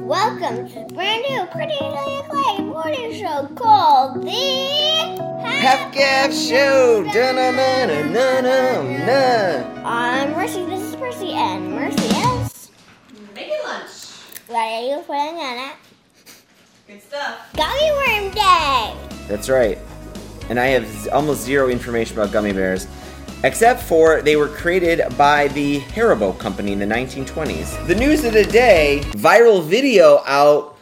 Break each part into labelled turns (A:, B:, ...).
A: Welcome to the brand new Pretty Little Clay morning show called The
B: Half Gaff Show. Da-na-na-na-na-na.
A: I'm Mercy. This is Percy, and Mercy is
C: Making lunch.
A: what are you putting on it?
C: Good stuff.
A: Gummy Worm Day.
B: That's right. And I have z- almost zero information about gummy bears, except for they were created by the Haribo Company in the 1920s. The news of the day viral video out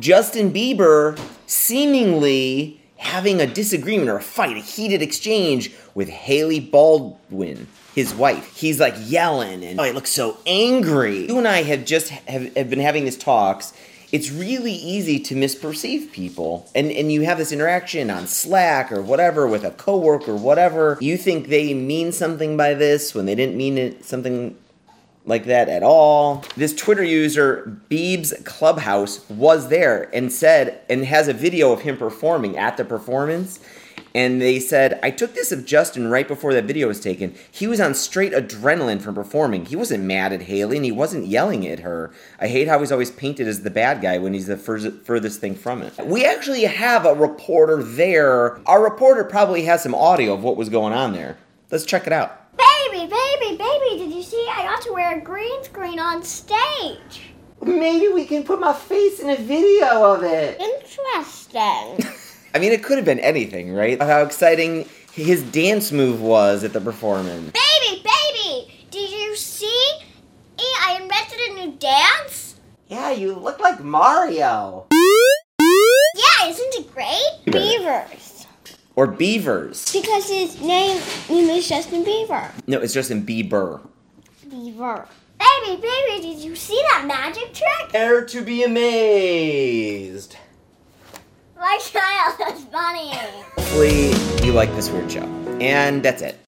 B: Justin Bieber seemingly having a disagreement or a fight, a heated exchange with Haley Baldwin, his wife. He's like yelling and oh, he looks so angry. You and I have just have, have been having these talks. It's really easy to misperceive people. And and you have this interaction on Slack or whatever with a coworker, whatever. You think they mean something by this when they didn't mean it something like that at all. This Twitter user, Beebs Clubhouse, was there and said, and has a video of him performing at the performance. And they said, I took this of Justin right before that video was taken. He was on straight adrenaline from performing. He wasn't mad at Haley and he wasn't yelling at her. I hate how he's always painted as the bad guy when he's the fur- furthest thing from it. We actually have a reporter there. Our reporter probably has some audio of what was going on there. Let's check it out.
A: Baby, baby, baby, did you see? I got to wear a green screen on stage.
B: Maybe we can put my face in a video of it.
A: Interesting.
B: I mean, it could have been anything, right? How exciting his dance move was at the performance.
A: baby, baby, did you see? I invented a new dance.
B: Yeah, you look like Mario.
A: Yeah, isn't it great? Beavers.
B: Or Beavers.
A: Because his name name is Justin Beaver.
B: No, it's Justin Bieber.
A: Beaver. Baby, baby, did you see that magic trick?
B: Air to be amazed.
A: My child is funny.
B: Hopefully, you like this weird show. And that's it.